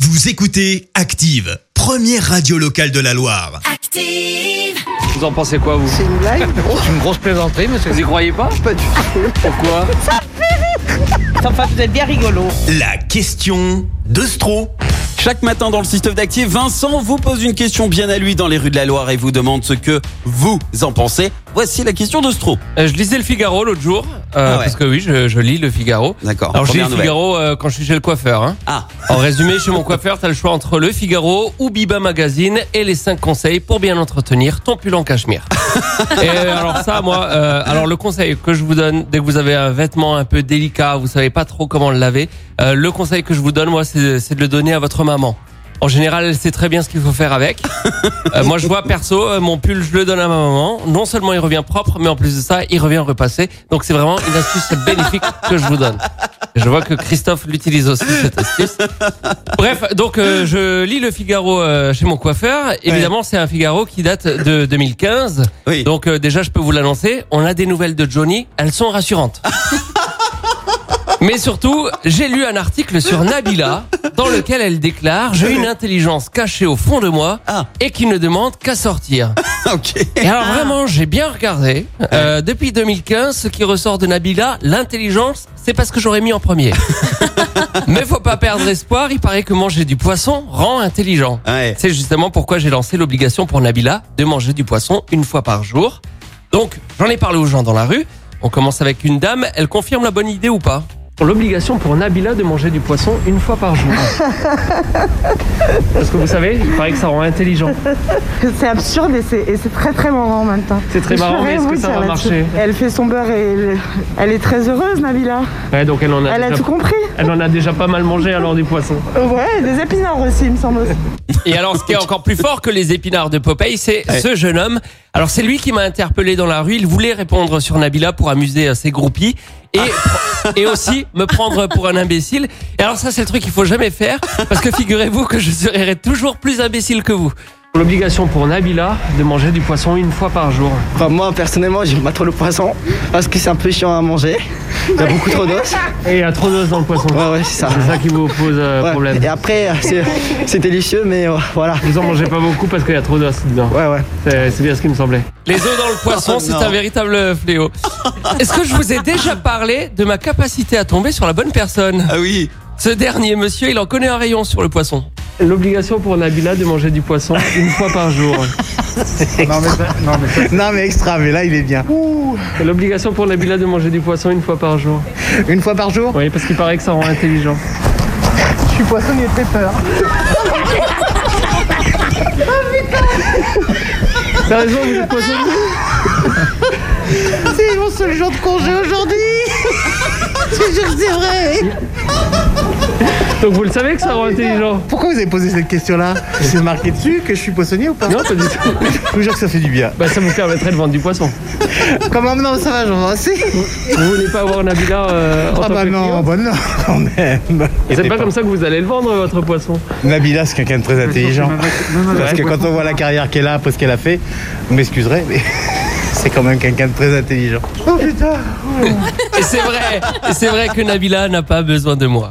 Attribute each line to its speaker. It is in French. Speaker 1: Vous écoutez Active, première radio locale de la Loire.
Speaker 2: Active!
Speaker 3: Vous en pensez quoi, vous
Speaker 4: C'est une blague
Speaker 3: C'est une grosse plaisanterie, monsieur. Vous y croyez pas
Speaker 4: Pas du tout.
Speaker 3: Pourquoi
Speaker 4: Enfin, vous êtes bien rigolo.
Speaker 1: La question de Stro.
Speaker 5: Chaque matin dans le système d'actifs, Vincent vous pose une question bien à lui dans les rues de la Loire et vous demande ce que vous en pensez. Voici la question de Stro.
Speaker 3: Euh, Je lisais le Figaro l'autre jour, euh,
Speaker 5: Ah ouais.
Speaker 3: parce que oui, je, je lis le Figaro.
Speaker 5: D'accord.
Speaker 3: Alors je lis
Speaker 5: Première
Speaker 3: le
Speaker 5: nouvelle.
Speaker 3: Figaro euh, quand je suis chez le coiffeur. hein.
Speaker 5: Ah,
Speaker 3: En résumé, chez mon coiffeur, t'as le choix entre le Figaro ou Biba Magazine et les 5 conseils pour bien entretenir ton pull en cachemire. et euh, alors ça, moi, euh, alors le conseil que je vous donne, dès que vous avez un vêtement un peu délicat, vous savez pas trop comment le laver, euh, le conseil que je vous donne, moi, c'est c'est de le donner à votre maman. En général, elle sait très bien ce qu'il faut faire avec. Euh, moi, je vois perso, euh, mon pull, je le donne à ma maman. Non seulement il revient propre, mais en plus de ça, il revient repassé. Donc, c'est vraiment une astuce bénéfique que je vous donne. Je vois que Christophe l'utilise aussi, cette astuce. Bref, donc, euh, je lis le Figaro euh, chez mon coiffeur. Évidemment, c'est un Figaro qui date de 2015.
Speaker 5: oui.
Speaker 3: Donc, euh, déjà, je peux vous l'annoncer. On a des nouvelles de Johnny. Elles sont rassurantes. Mais surtout, j'ai lu un article sur Nabila dans lequel elle déclare J'ai une intelligence cachée au fond de moi
Speaker 5: Ah,
Speaker 3: et qui ne demande qu'à sortir.
Speaker 5: ok.
Speaker 3: Et alors vraiment, j'ai bien regardé. Euh, depuis 2015, ce qui ressort de Nabila, l'intelligence, c'est pas ce que j'aurais mis en premier. Mais faut pas perdre espoir, il paraît que manger du poisson rend intelligent.
Speaker 5: Ouais.
Speaker 3: C'est justement pourquoi j'ai lancé l'obligation pour Nabila de manger du poisson une fois par jour. Donc, j'en ai parlé aux gens dans la rue. On commence avec une dame, elle confirme la bonne idée ou pas L'obligation pour Nabila de manger du poisson une fois par jour. Parce que vous savez, il paraît que ça rend intelligent.
Speaker 6: C'est absurde et c'est, et c'est très très marrant en même temps.
Speaker 3: C'est très
Speaker 6: Je
Speaker 3: marrant,
Speaker 6: ferais
Speaker 3: mais est-ce que
Speaker 6: vous
Speaker 3: ça
Speaker 6: dire
Speaker 3: va
Speaker 6: là-dessus.
Speaker 3: marcher
Speaker 6: Elle fait son beurre et elle, elle est très heureuse, Nabila.
Speaker 3: Ouais, donc elle en a,
Speaker 6: Elle a
Speaker 3: déjà,
Speaker 6: tout compris.
Speaker 3: elle en a déjà pas mal mangé alors du poisson.
Speaker 6: Ouais, des épinards aussi, il me semble aussi.
Speaker 3: Et alors, ce qui est encore plus fort que les épinards de Popeye, c'est ce jeune homme. Alors, c'est lui qui m'a interpellé dans la rue. Il voulait répondre sur Nabila pour amuser euh, ses groupies et, et aussi me prendre pour un imbécile. Et alors, ça, c'est le truc qu'il faut jamais faire parce que figurez-vous que je serai toujours plus imbécile que vous. L'obligation pour Nabila de manger du poisson une fois par jour.
Speaker 4: Enfin, moi, personnellement, j'aime pas trop le poisson parce que c'est un peu chiant à manger. Il y a beaucoup trop d'os.
Speaker 3: Et à trop d'os dans le poisson.
Speaker 4: Ouais, ouais, c'est ça.
Speaker 3: qui vous pose euh,
Speaker 4: Ouais. Et après, c'est, c'est délicieux, mais euh, voilà.
Speaker 3: Vous en mangez pas beaucoup parce qu'il y a trop d'os dedans.
Speaker 4: Ouais, ouais.
Speaker 3: C'est bien ce qui me semblait. Les os dans le poisson,
Speaker 5: Oh,
Speaker 3: c'est
Speaker 5: non.
Speaker 3: un véritable fléau. Est-ce que je vous ai déjà parlé de ma capacité à tomber sur la bonne personne
Speaker 5: Ah oui.
Speaker 3: Ce dernier monsieur, il en connaît un rayon sur le poisson. L'obligation pour Nabila de manger du poisson une fois par jour.
Speaker 7: Non mais extra, mais là il est bien.
Speaker 3: L'obligation pour Nabila de manger du poisson une fois par jour.
Speaker 7: Une fois par jour
Speaker 3: Oui, parce qu'il paraît que ça rend intelligent.
Speaker 7: Je suis poissonnier de peur.
Speaker 3: T'as raison, vous êtes poisson.
Speaker 7: C'est mon seul jour de congé aujourd'hui Je te jure que c'est vrai
Speaker 3: Donc vous le savez que ça rend intelligent.
Speaker 7: Pourquoi vous avez posé cette question-là C'est marqué dessus que je suis poissonnier ou pas
Speaker 3: Non, pas du tout.
Speaker 7: Je vous jure que ça fait du bien.
Speaker 3: Bah ça vous permettrait de vendre du poisson. Bah.
Speaker 7: Comment non, ça va, j'en vois assez
Speaker 3: Vous voulez pas avoir Nabila euh, en
Speaker 7: Ah
Speaker 3: tant
Speaker 7: bah
Speaker 3: que
Speaker 7: non,
Speaker 3: client
Speaker 7: bah non, quand même
Speaker 3: C'est pas comme ça que vous allez le vendre votre poisson.
Speaker 7: Nabila, c'est quelqu'un de très intelligent. Parce que quand on voit la carrière qu'elle a, après ce qu'elle a fait, vous m'excuserez, mais c'est quand même quelqu'un de très intelligent. Oh putain
Speaker 3: Et c'est vrai, et c'est vrai que Nabila n'a pas besoin de moi.